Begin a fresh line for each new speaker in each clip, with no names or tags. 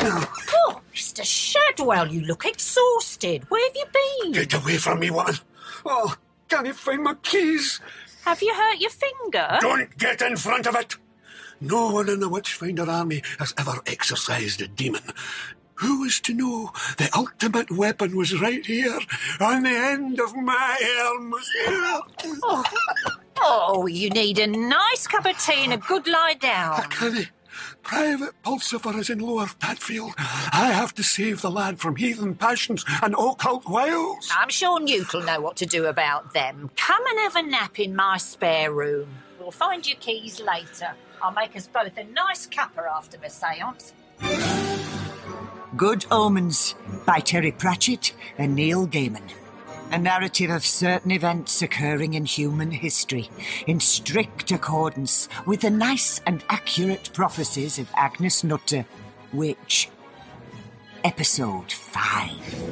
Oh, Mr. Shadwell, you look exhausted. Where have you been?
Get away from me, woman. Oh, can you find my keys?
Have you hurt your finger?
Don't get in front of it. No one in the Witchfinder army has ever exorcised a demon. Who is to know? The ultimate weapon was right here, on the end of my arm.
Oh, you need a nice cup of tea and a good lie down.
Kenny, Private Pulsifer is in Lower Patfield. I have to save the lad from heathen passions and occult wiles.
I'm sure Nuke'll know what to do about them. Come and have a nap in my spare room. We'll find your keys later. I'll make us both a nice cuppa after the seance.
Good Omens by Terry Pratchett and Neil Gaiman. A narrative of certain events occurring in human history in strict accordance with the nice and accurate prophecies of Agnes Nutter, Witch. Episode 5.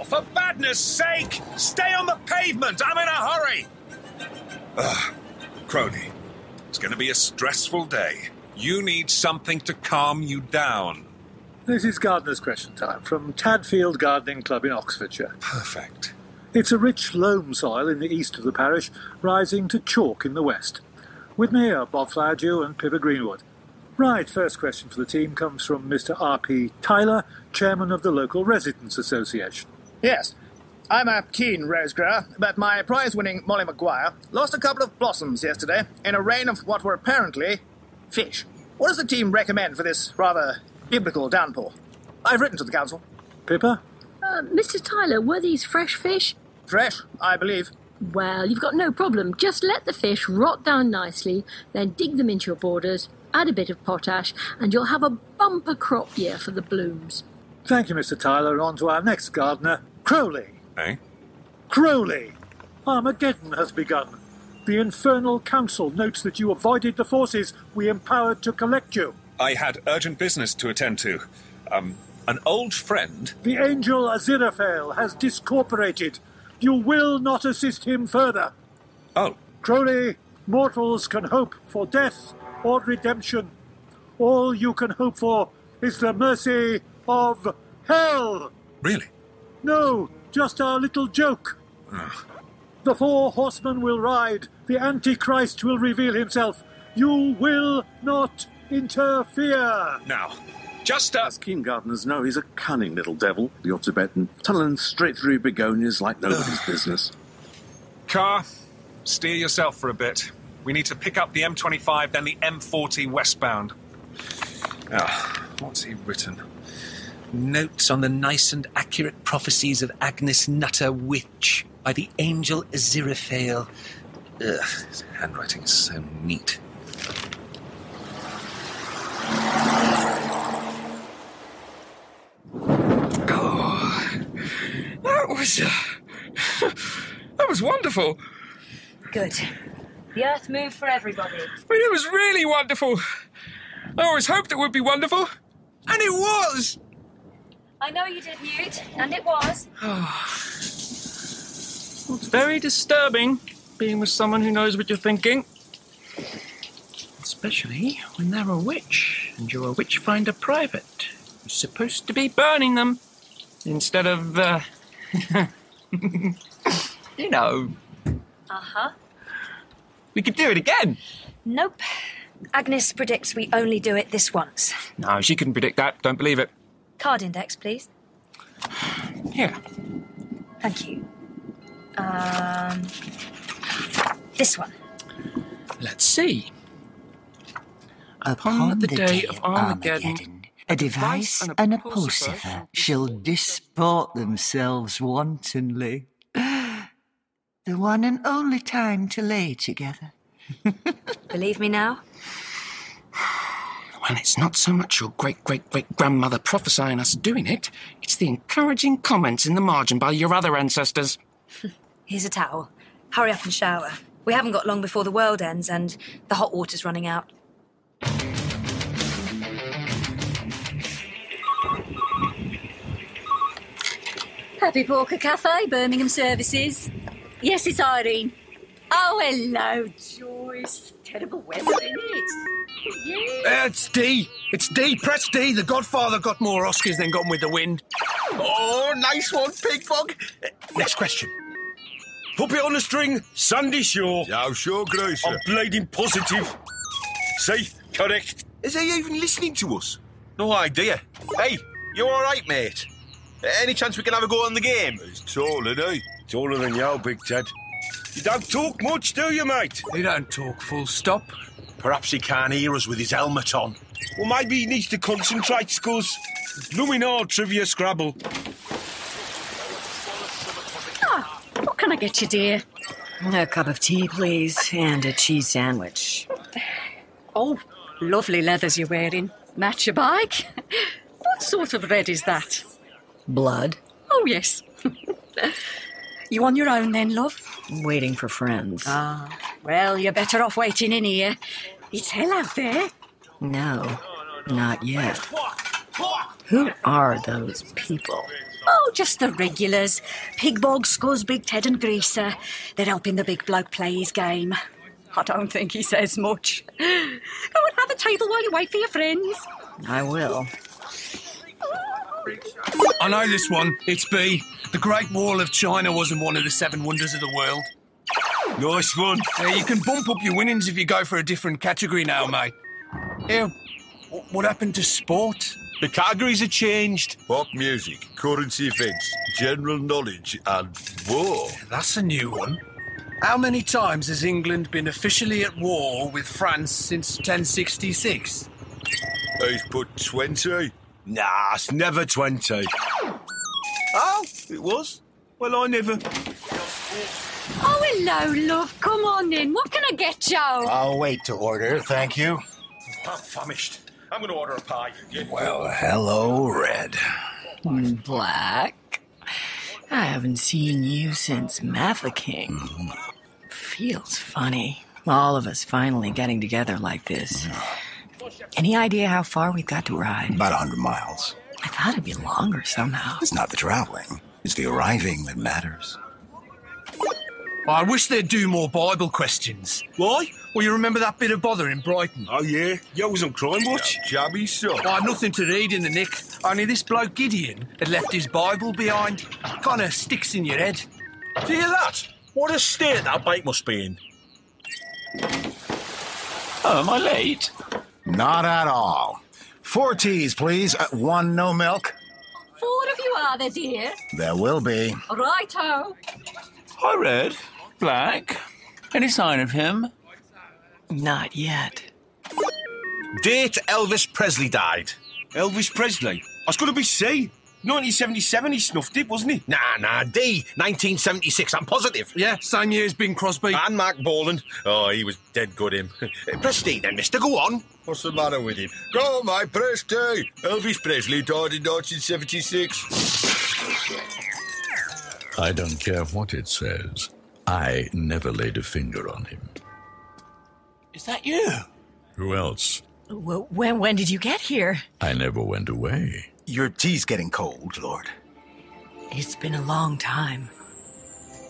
Oh, for badness sake, stay on the pavement. I'm in a hurry. Ugh, Crony, it's going to be a stressful day. You need something to calm you down.
This is Gardener's Question Time from Tadfield Gardening Club in Oxfordshire.
Perfect.
It's a rich loam soil in the east of the parish, rising to chalk in the west. With me are Bob Flaggew and Pippa Greenwood. Right, first question for the team comes from Mr. R.P. Tyler, chairman of the local Residents Association.
Yes. I'm a keen rose grower, but my prize winning Molly Maguire lost a couple of blossoms yesterday in a rain of what were apparently fish. What does the team recommend for this rather biblical downpour? I've written to the council.
Pippa?
Uh, Mr. Tyler, were these fresh fish?
Fresh, I believe.
Well, you've got no problem. Just let the fish rot down nicely, then dig them into your borders, add a bit of potash, and you'll have a bumper crop year for the blooms.
Thank you, Mr. Tyler. On to our next gardener, Crowley.
Eh?
Crowley! Armageddon has begun. The Infernal Council notes that you avoided the forces we empowered to collect you.
I had urgent business to attend to. Um, an old friend.
The angel Aziraphale has discorporated. You will not assist him further.
Oh,
Crowley, mortals can hope for death or redemption. All you can hope for is the mercy of hell.
really?
No, just our little joke. The four horsemen will ride. The Antichrist will reveal himself. You will not interfere.
Now, just uh,
As keen gardeners know, he's a cunning little devil, your Tibetan, tunneling straight through begonias like nobody's business.
car, steer yourself for a bit. We need to pick up the M25, then the M40 westbound. Ah, what's he written?
Notes on the nice and accurate prophecies of Agnes Nutter Witch by the angel Aziraphale. Ugh, his handwriting is so neat.
That was. Uh, that was wonderful.
Good. The earth moved for everybody.
I mean, it was really wonderful. I always hoped it would be wonderful. And it was!
I know you did, Newt, and it was.
It's very disturbing being with someone who knows what you're thinking. Especially when they're a witch and you're a witch finder private. You're supposed to be burning them instead of, uh, you know.
Uh huh.
We could do it again.
Nope. Agnes predicts we only do it this once.
No, she couldn't predict that. Don't believe it.
Card index, please.
Here.
Thank you. Um, this one.
Let's see.
Upon, the, day, of Armageddon, a device and a pulsifer shall disport themselves wantonly. The one and only time to lay together.
Believe me now?
Well, it's not so much your great great great grandmother prophesying us doing it, it's the encouraging comments in the margin by your other ancestors.
Here's a towel. Hurry up and shower. We haven't got long before the world ends and the hot water's running out.
Happy Porker Cafe, Birmingham Services. Yes, it's Irene. Oh, hello, Joyce. Terrible weather, isn't it? Yes.
That's D. It's D. Press D. The Godfather got more Oscars than Gone with the Wind.
Oh, nice one, Pigfog.
Next question. Puppet on the string, Sandy Shaw.
Yeah, sure, Grace.
I'm bleeding positive. See, correct.
Is he even listening to us? No idea. Hey, you all right, mate? Any chance we can have a go on the game? He's taller, eh?
Taller than you, Big Ted. You don't talk much, do you, mate? He don't talk full stop.
Perhaps he can't hear us with his helmet on.
Well, maybe he needs to concentrate, Scuzz. Blooming hard trivia scrabble.
Ah, what can I get you, dear?
A cup of tea, please, and a cheese sandwich.
Oh, lovely leathers you're wearing. Match your bike. what sort of red is that?
Blood.
Oh, yes. you on your own then, love?
Waiting for friends.
Ah, well, you're better off waiting in here. It's hell out there.
No, not yet. Who are those people?
Oh, just the regulars. Pigbog scores Big Ted and Greaser. They're helping the big bloke play his game. I don't think he says much. Go and have a table while you wait for your friends.
I will.
I know this one. It's B. The Great Wall of China wasn't one of the seven wonders of the world. Nice one. Yeah, you can bump up your winnings if you go for a different category now, mate. Ew. Wh- What happened to sport?
The categories have changed. Pop music, currency events, general knowledge, and war.
That's a new one. How many times has England been officially at war with France since 1066?
He's put 20. Nah, it's never 20. Oh, it was. Well, I never.
Oh, hello, love. Come on in. What can I get you?
I'll wait to order, thank you.
I'm famished. I'm going to order a pie.
Well, hello, Red.
Black. I haven't seen you since Mafeking. Feels funny. All of us finally getting together like this. Any idea how far we've got to ride?
About a 100 miles.
I thought it'd be longer somehow.
It's not the traveling, it's the arriving that matters.
Oh, I wish they'd do more Bible questions. Why? Well, you remember that bit of bother in Brighton? Oh, yeah. You was on Crime Watch?
Jabby so.
I had nothing to read in the nick, only this bloke Gideon had left his Bible behind. Kind of sticks in your head.
Do you hear that? What a state that bike must be in.
Oh, am I late? Not at all. Four teas, please. Uh, one no milk.
Four of you are there, dear.
There will be.
Righto.
Hi, Red. Black. Any sign of him?
Not yet.
Date Elvis Presley died. Elvis Presley? That's going to be C. 1977 he snuffed it, wasn't he?
Nah, nah, D. 1976, I'm positive.
Yeah, same year as Bing Crosby.
And Mark Bolan. Oh, he was dead good, him. Press D then, mister, go on. What's the matter with him? Go on, mate, press D. Elvis Presley died in 1976.
I don't care what it says. I never laid a finger on him.
Is that you?
Who else?
Well, when when did you get here?
I never went away.
Your tea's getting cold, Lord.
It's been a long time.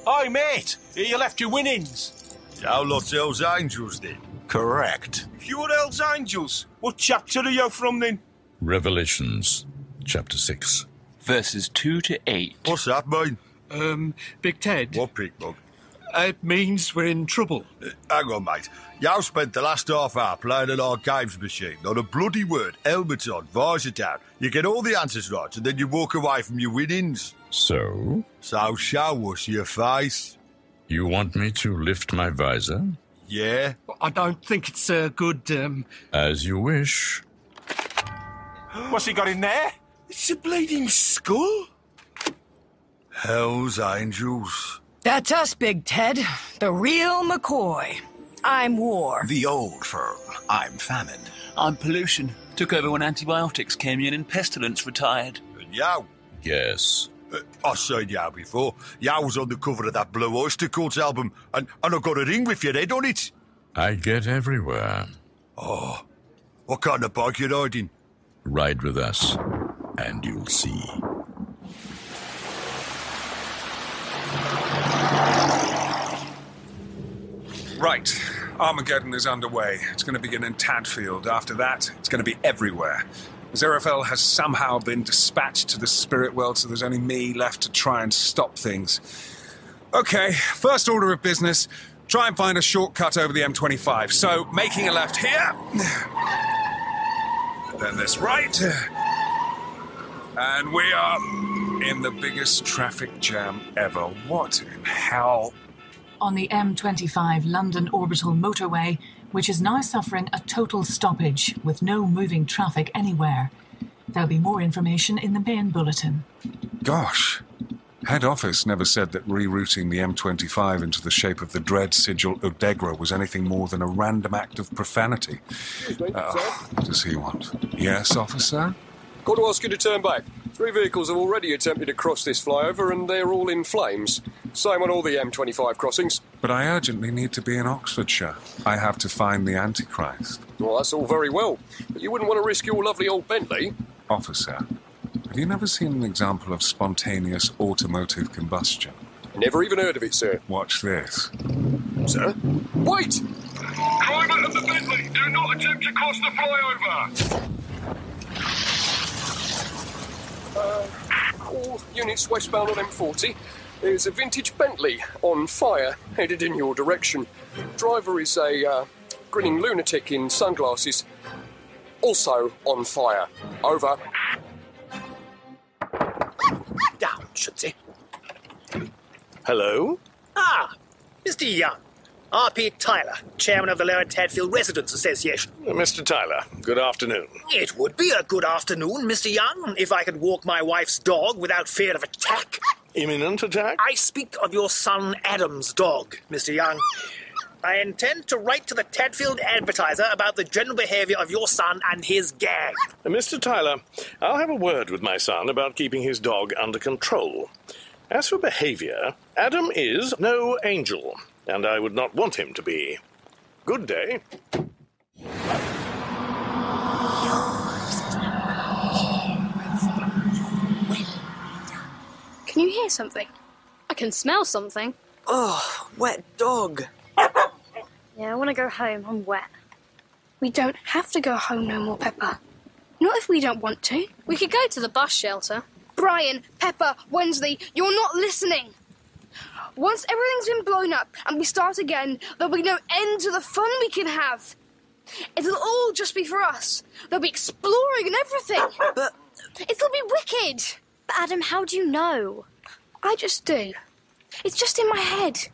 Hi, mate. Here you left your winnings.
How lot's Hell's Angels then?
Correct.
If you were Hell's Angels, what chapter are you from then?
Revelations, chapter 6.
Verses 2 to 8.
What's that mean?
Um, Big Ted. Uh,
What Pigfog?
It means we're in trouble.
Hang on, mate. Y'all spent the last half hour playing an old games machine. Not a bloody word. Helmets on, visor down. You get all the answers right, and then you walk away from your winnings.
So?
So show us your face.
You want me to lift my visor?
Yeah.
I don't think it's a good. Um...
As you wish.
What's he got in there? It's a bleeding skull.
Hell's Angels.
That's us, Big Ted. The real McCoy. I'm War.
The old firm. I'm famine.
I'm pollution. Took over when antibiotics came in and pestilence retired.
And yow.
Yes.
Uh, I've seen yow before. Yow was on the cover of that Blue Oyster Cult album, and, and I got a ring with your head on it.
I get everywhere.
Oh, what kind of bike you riding?
Ride with us, and you'll see.
Right, Armageddon is underway. It's going to begin in Tadfield. After that, it's going to be everywhere. Zerafel has somehow been dispatched to the spirit world, so there's only me left to try and stop things. Okay, first order of business try and find a shortcut over the M25. So, making a left here, then this right, and we are in the biggest traffic jam ever. What in hell?
on the M25 London Orbital motorway, which is now suffering a total stoppage with no moving traffic anywhere. There'll be more information in the main bulletin.
Gosh. Head office never said that rerouting the M25 into the shape of the dread sigil Odegra was anything more than a random act of profanity. Oh, what does he want? Yes, officer?
Got to ask you to turn back. Three vehicles have already attempted to cross this flyover and they're all in flames. Same on all the M25 crossings.
But I urgently need to be in Oxfordshire. I have to find the Antichrist.
Well, that's all very well, but you wouldn't want to risk your lovely old Bentley.
Officer, have you never seen an example of spontaneous automotive combustion?
Never even heard of it, sir.
Watch this.
Sir? Wait!
Driver of the Bentley, do not attempt to cross the flyover.
Uh, All units westbound on M40. There's a vintage Bentley on fire, headed in your direction. Driver is a uh, grinning lunatic in sunglasses, also on fire. Over.
Down, Schutze.
Hello?
Ah, Mr. Young. R.P. Tyler, chairman of the Lower Tadfield Residents Association.
Mr. Tyler, good afternoon.
It would be a good afternoon, Mr. Young, if I could walk my wife's dog without fear of attack.
Imminent attack?
I speak of your son Adam's dog, Mr. Young. I intend to write to the Tadfield Advertiser about the general behaviour of your son and his gang.
Mr. Tyler, I'll have a word with my son about keeping his dog under control. As for behavior, Adam is no angel, and I would not want him to be. Good day.
Can you hear something? I can smell something.
Oh, wet dog.
Yeah, I want to go home. I'm wet. We don't have to go home no more, Pepper. Not if we don't want to. We could go to the bus shelter. Brian, Pepper, Wednesday, you're not listening. Once everything's been blown up and we start again, there'll be no end to the fun we can have. It'll all just be for us. There'll be exploring and everything. But it'll be wicked. But Adam, how do you know? I just do. It's just in my head,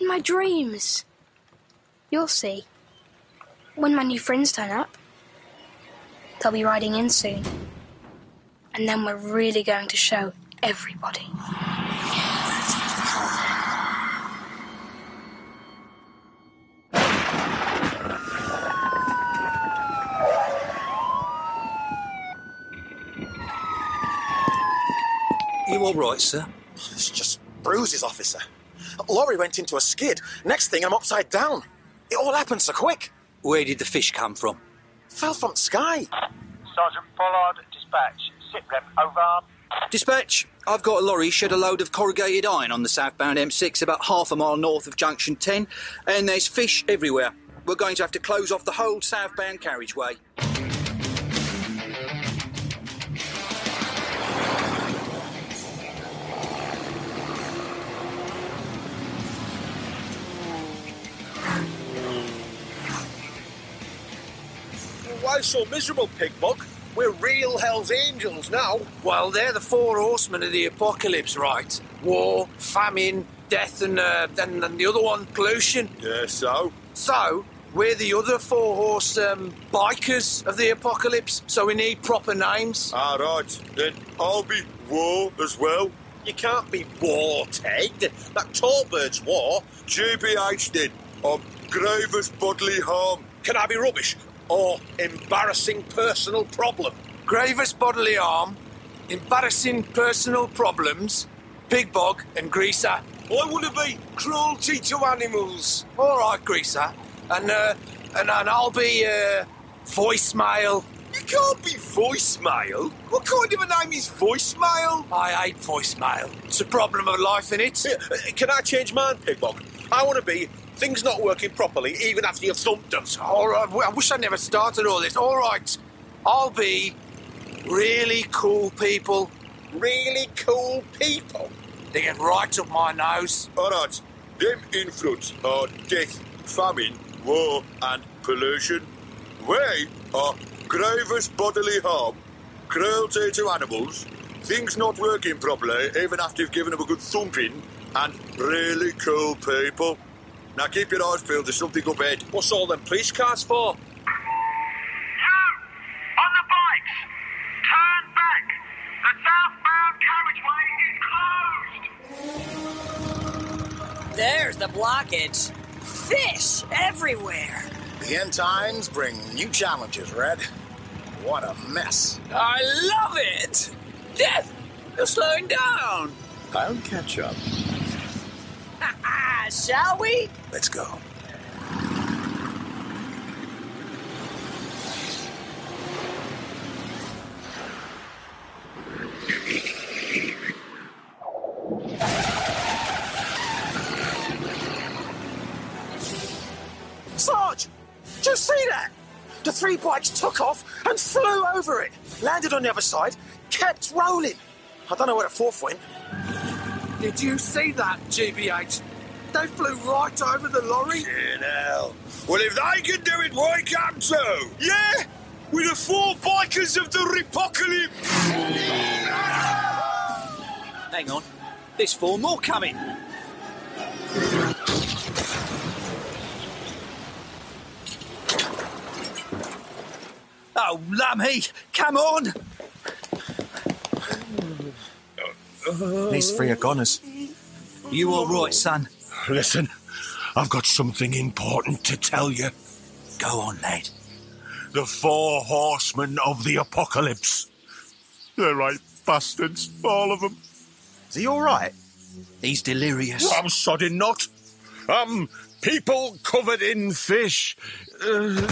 in my dreams. You'll see. When my new friends turn up, they'll be riding in soon. And then we're really going to show everybody.
You all right, sir?
It's just bruises, officer. Lorry went into a skid. Next thing, I'm upside down. It all happened so quick.
Where did the fish come from?
Fell from the sky.
Sergeant Pollard, dispatch. Sit rep, over.
Dispatch, I've got a lorry shed a load of corrugated iron on the southbound M6 about half a mile north of Junction 10, and there's fish everywhere. We're going to have to close off the whole southbound carriageway.
Why so miserable, Pigbog? We're real Hell's Angels now.
Well, they're the four horsemen of the apocalypse, right? War, famine, death, and uh, and, and the other one, pollution.
Yeah, so?
So we're the other four horse um, bikers of the apocalypse. So we need proper names.
All Ah, right, then I'll be War as well.
You can't be War, Ted. That tall bird's War.
GBH then, of grievous bodily harm.
Can I be rubbish? Or embarrassing personal problem?
Gravest bodily harm, embarrassing personal problems, Big Bog and Greaser. I want to be cruelty to animals. All right, Greaser, and uh, and, and I'll be uh, voicemail.
You can't be voicemail. What kind of a name is voicemail?
I hate
uh,
voicemail. It's a problem of life in it.
Can I change mine, Pigbog? I want to be
Things not working properly even after you've thumped us.
All right, I wish I never started all this. All right, I'll be really cool people.
Really cool people.
They get right up my nose.
All right,
Them influence
are death, famine, war, and pollution. We are gravest bodily harm, cruelty to animals, things not working properly even after you've given them a good thumping, and really cool people. Now keep your eyes peeled, there's something up ahead. What's all them police cars for?
On the bikes! Turn back! The southbound carriageway is closed!
There's the blockage. Fish everywhere.
The end times bring new challenges, Red. What a mess.
I love it! Death! You're slowing down!
I'll catch up.
Ah, shall we?
Let's go.
Sarge, did you see that? The three bikes took off and flew over it, landed on the other side, kept rolling. I don't know where the fourth went.
Did you see that, GBH? They flew right over the lorry.
In hell. Well, if they can do it, why can't so? Yeah? We're the four bikers of the Repocalypse!
Hang on. There's four more coming. Oh, Lummy, come on!
These three are goners.
You all right, son?
Listen, I've got something important to tell you.
Go on, lad.
The four horsemen of the apocalypse. They're right bastards, all of them. Is he all right?
He's delirious.
I'm sodding not. Um, people covered in fish. Uh,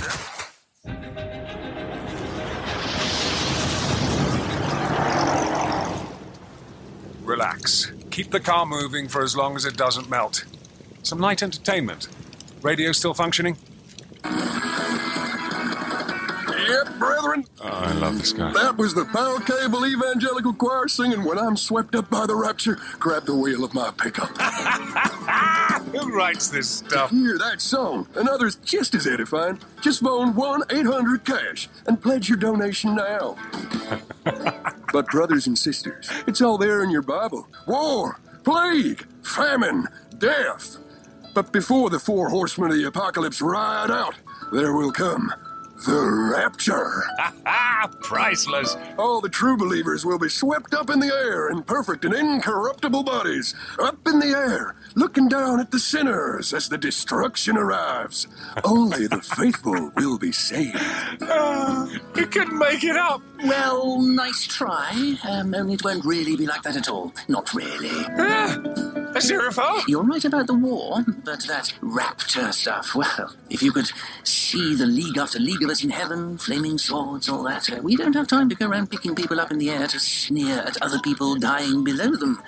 Relax. Keep the car moving for as long as it doesn't melt. Some light entertainment. Radio still functioning?
Yep, brethren.
Oh, I love this guy.
That was the Power Cable Evangelical Choir singing When I'm Swept Up by the Rapture, Grab the Wheel of My Pickup.
Who writes this stuff?
To hear that song and others just as edifying, just phone 1 800 Cash and pledge your donation now. but, brothers and sisters, it's all there in your Bible war, plague, famine, death. But before the four horsemen of the apocalypse ride out, there will come the rapture.
Ah, priceless.
All the true believers will be swept up in the air in perfect and incorruptible bodies, up in the air, looking down at the sinners as the destruction arrives. Only the faithful will be saved.
Ah, you couldn't make it up.
Well, nice try. Um, only it won't really be like that at all. Not really.
Ah,
Aziraphale?
You're right about the war, but that rapture stuff, well, if you could see the league after league of us in heaven, flaming swords, all that, uh, we don't have time to go around picking people up in the air to sneer at other people dying below them.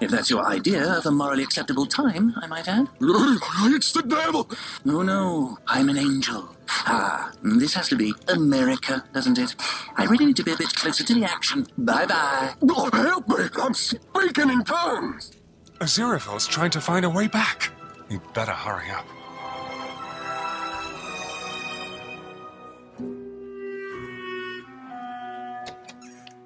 If that's your idea of a morally acceptable time, I might add.
It's the devil!
No, no, I'm an angel. Ah, this has to be America, doesn't it? I really need to be a bit closer to the action. Bye bye.
Oh, help me! I'm speaking in tongues!
Aziraphale's trying to find a way back. He'd better hurry up.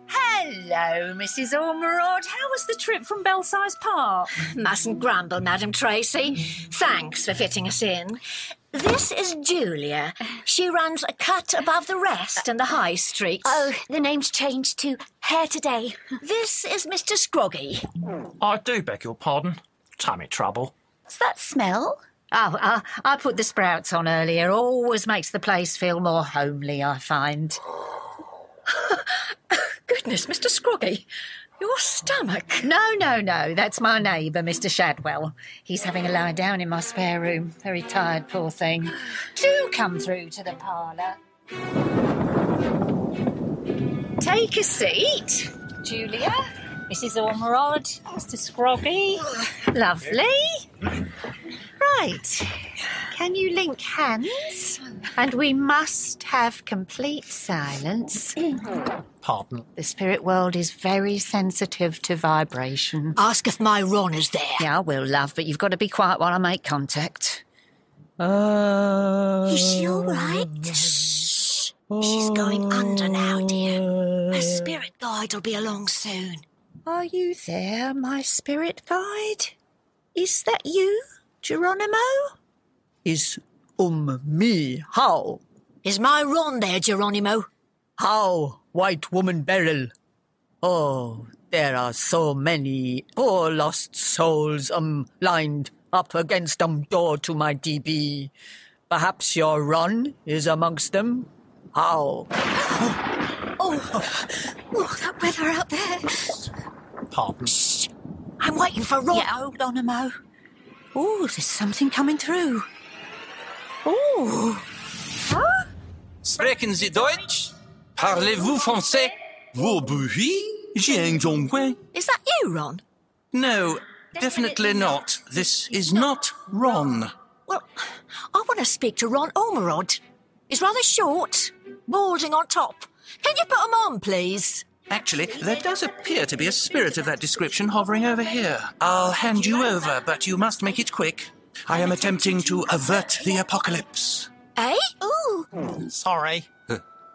Hello, Mrs. Ormerod. How was the trip from Belsize Park? Mustn't grumble, Madam Tracy. Thanks for fitting us in. This is Julia. She runs a cut above the rest and the high streets. Oh, the name's changed to Hair Today. This is Mr. Scroggy.
I do beg your pardon. Tummy trouble.
What's that smell?
Oh, uh, I put the sprouts on earlier. Always makes the place feel more homely, I find.
Goodness, Mr. Scroggy, your stomach.
No, no, no. That's my neighbour, Mr. Shadwell. He's having a lie down in my spare room. Very tired, poor thing. Do come through to the parlour. Take a seat, Julia. Mrs. Ormerod, Mr. Scroggy. Lovely. Right. Can you link hands? And we must have complete silence.
Pardon.
The spirit world is very sensitive to vibration. Ask if my Ron is there. Yeah, I will, love, but you've got to be quiet while I make contact.
Is she all right?
Um,
Shh. She's going under now, dear. Her spirit guide will be along soon.
Are you there, my spirit guide? Is that you, Geronimo?
Is um me how?
Is my Ron there, Geronimo?
How, white woman barrel? Oh, there are so many poor lost souls um lined up against um door to my DB. Perhaps your Ron is amongst them? How?
Oh, oh that weather out there.
Pardon.
Shh. I'm waiting for Ron.
Yeah, hold on a mo. Oh, there's something coming through. Oh,
Sprechen Sie Deutsch? Parlez-vous français? Wo buhi? Jiang Zhongwei?
Is that you, Ron?
No, definitely not. This is not Ron.
Well, I want to speak to Ron Ormerod. He's rather short, balding on top. Can you put him on, please?
Actually, there does appear to be a spirit of that description hovering over here. I'll hand you over, but you must make it quick. I am attempting to avert the apocalypse.
Eh? Ooh.
Sorry.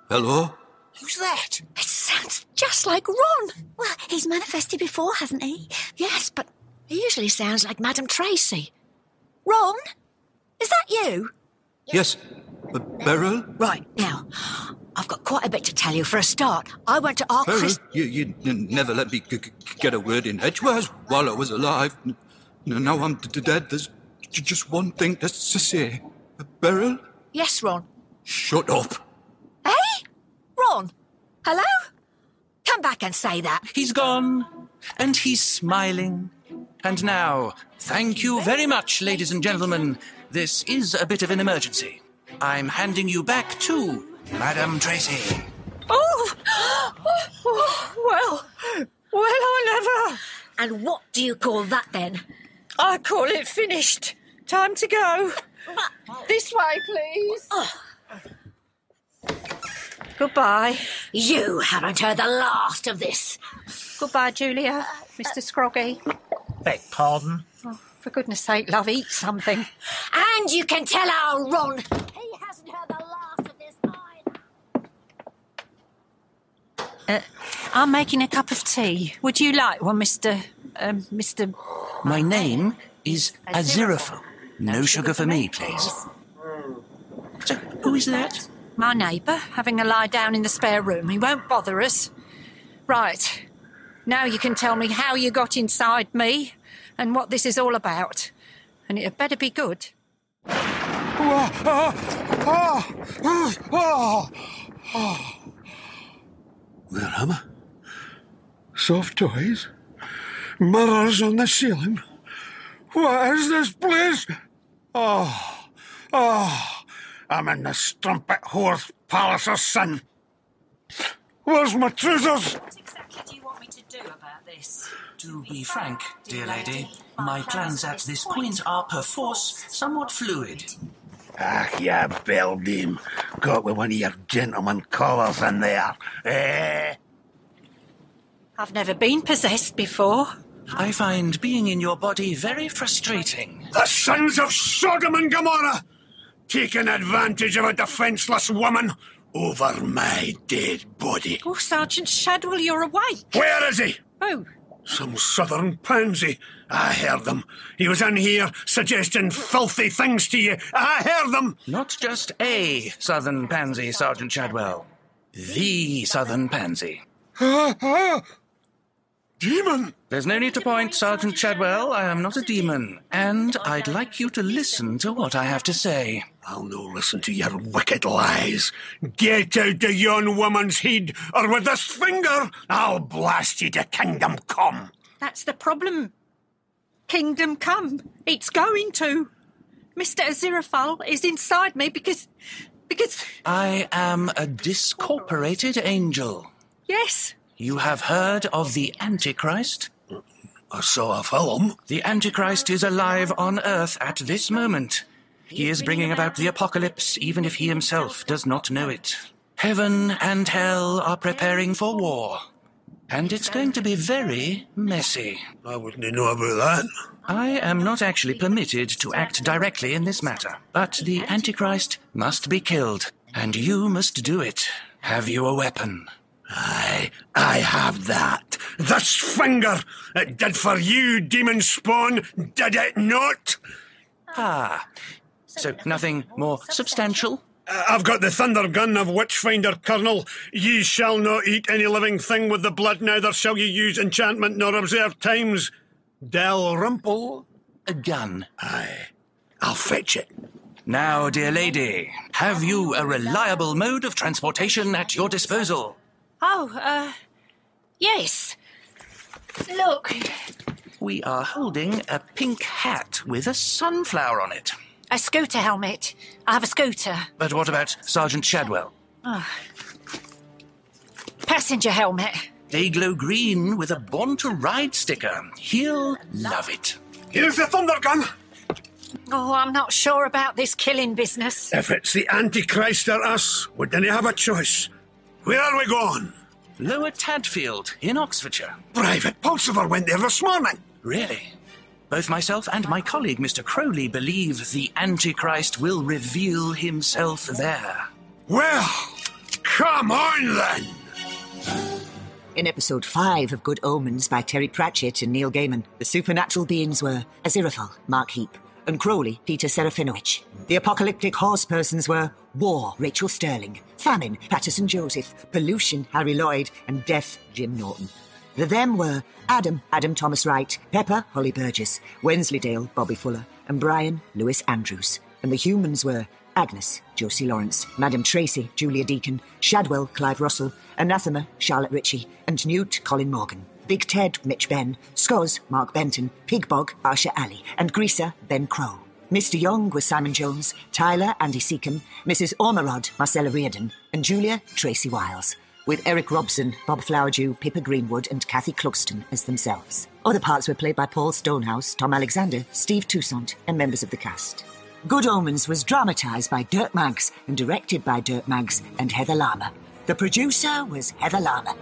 Hello?
Who's that? It sounds just like Ron. Well, he's manifested before, hasn't he? Yes, but he usually sounds like Madame Tracy. Ron? Is that you?
Yes. B- Beryl?
Right, now, I've got quite a bit to tell you. For a start, I went to our
Beryl,
Chris-
Oh, you, you n- never let me g- g- get a word in edgewise while I was alive. N- now I'm d- dead. There's j- just one thing to s- say. Beryl,
Yes, Ron.
shut up.
Eh? Ron? Hello? Come back and say that.
He's gone, and he's smiling. And now, thank you very much, ladies and gentlemen. This is a bit of an emergency. I'm handing you back to Madame Tracy.
Oh! well, well, I never. And what do you call that then?
I call it finished. Time to go. This way, please.
Oh. Goodbye. You haven't heard the last of this.
goodbye, Julia. Mr. Scroggy.
Beg pardon.
For goodness sake, love, eat something.
And you can tell our Ron.
Uh, I'm making a cup of tea. Would you like one, Mr. Um, Mr.
My name is Aziraphale. No sugar for me, please. So, who is that?
My neighbour, having a lie down in the spare room. He won't bother us. Right. Now you can tell me how you got inside me and what this is all about. And it had better be good.
Where am I? Soft toys? Mirrors on the ceiling? What is this place? Oh, oh, I'm in the strumpet horse palace of sin. Where's my trousers?
To be frank, dear lady, my plans at this point are perforce somewhat fluid.
Ah, you beldame. Got with one of your gentleman collars in there. Eh?
I've never been possessed before.
I find being in your body very frustrating.
The sons of Sodom and Gomorrah, taking advantage of a defenceless woman over my dead body.
Oh, Sergeant Shadwell, you're awake.
Where is he?
Oh,
Some southern pansy. I heard them. He was in here suggesting filthy things to you. I heard them.
Not just a southern pansy, Sergeant Shadwell. The southern pansy.
Demon!
There's no need to point, Sergeant Shadwell. I am not a demon. And I'd like you to listen to what I have to say.
I'll no listen to your wicked lies. Get out of yon woman's head, or with this finger, I'll blast you to kingdom come.
that's the problem. Kingdom come. It's going to. Mr. Aziraphale is inside me because. because.
I am a discorporated angel.
yes.
You have heard of the Antichrist? So I follow. The Antichrist is alive on Earth at this moment. He is bringing about the apocalypse, even if he himself does not know it. Heaven and hell are preparing for war. And it's going to be very messy. I wouldn't know about that. I am not actually permitted to act directly in this matter, but the Antichrist must be killed, and you must do it. Have you a weapon?
I, I have that. This finger, it did for you, demon spawn, did it not?
Ah, so nothing more substantial?
Uh, I've got the thunder gun of Witchfinder, Colonel. Ye shall not eat any living thing with the blood, neither shall ye use enchantment nor observe times. Dalrymple?
A gun.
Aye. I'll fetch it.
Now, dear lady, have you a reliable mode of transportation at your disposal?
Oh, uh, yes. Look,
We are holding a pink hat with a sunflower on it.
a scooter helmet. I have a scooter.
But what about Sergeant Shadwell?
Ah. Passenger helmet.
They glow green with a Born to Ride sticker. He'll love it.
Here's the thunder gun.
Oh, I'm not sure about this killing business.
If it's the Antichrist or us, we didn't have a choice. Where are we going?
Lower Tadfield, in Oxfordshire.
Private Pulsifer went there this morning.
Really? Both myself and my colleague, Mr. Crowley, believe the Antichrist will reveal himself there.
Well, come on then!
In episode 5 of Good Omens by Terry Pratchett and Neil Gaiman, the supernatural beings were Aziraphale, Mark Heap, and Crowley, Peter Serafinovich. The apocalyptic horse persons were War, Rachel Sterling, Famine, Patterson Joseph, Pollution, Harry Lloyd, and Death, Jim Norton. The them were Adam, Adam Thomas Wright, Pepper, Holly Burgess, Wensleydale, Bobby Fuller, and Brian, Lewis Andrews. And the humans were Agnes, Josie Lawrence, Madam Tracy, Julia Deacon, Shadwell, Clive Russell, Anathema, Charlotte Ritchie, and Newt, Colin Morgan. Big Ted, Mitch Ben, Scoz, Mark Benton, Pigbog, Asha Alley, and Greaser, Ben Crow. Mr. Young was Simon Jones, Tyler, Andy Seacombe, Mrs. Ormerod, Marcella Reardon, and Julia, Tracy Wiles with Eric Robson, Bob Flowerdew, Pippa Greenwood, and Kathy Cluxton as themselves. Other parts were played by Paul Stonehouse, Tom Alexander, Steve Toussaint, and members of the cast. Good Omens was dramatised by Dirk Maggs and directed by Dirk Maggs and Heather Lama. The producer was Heather Lama.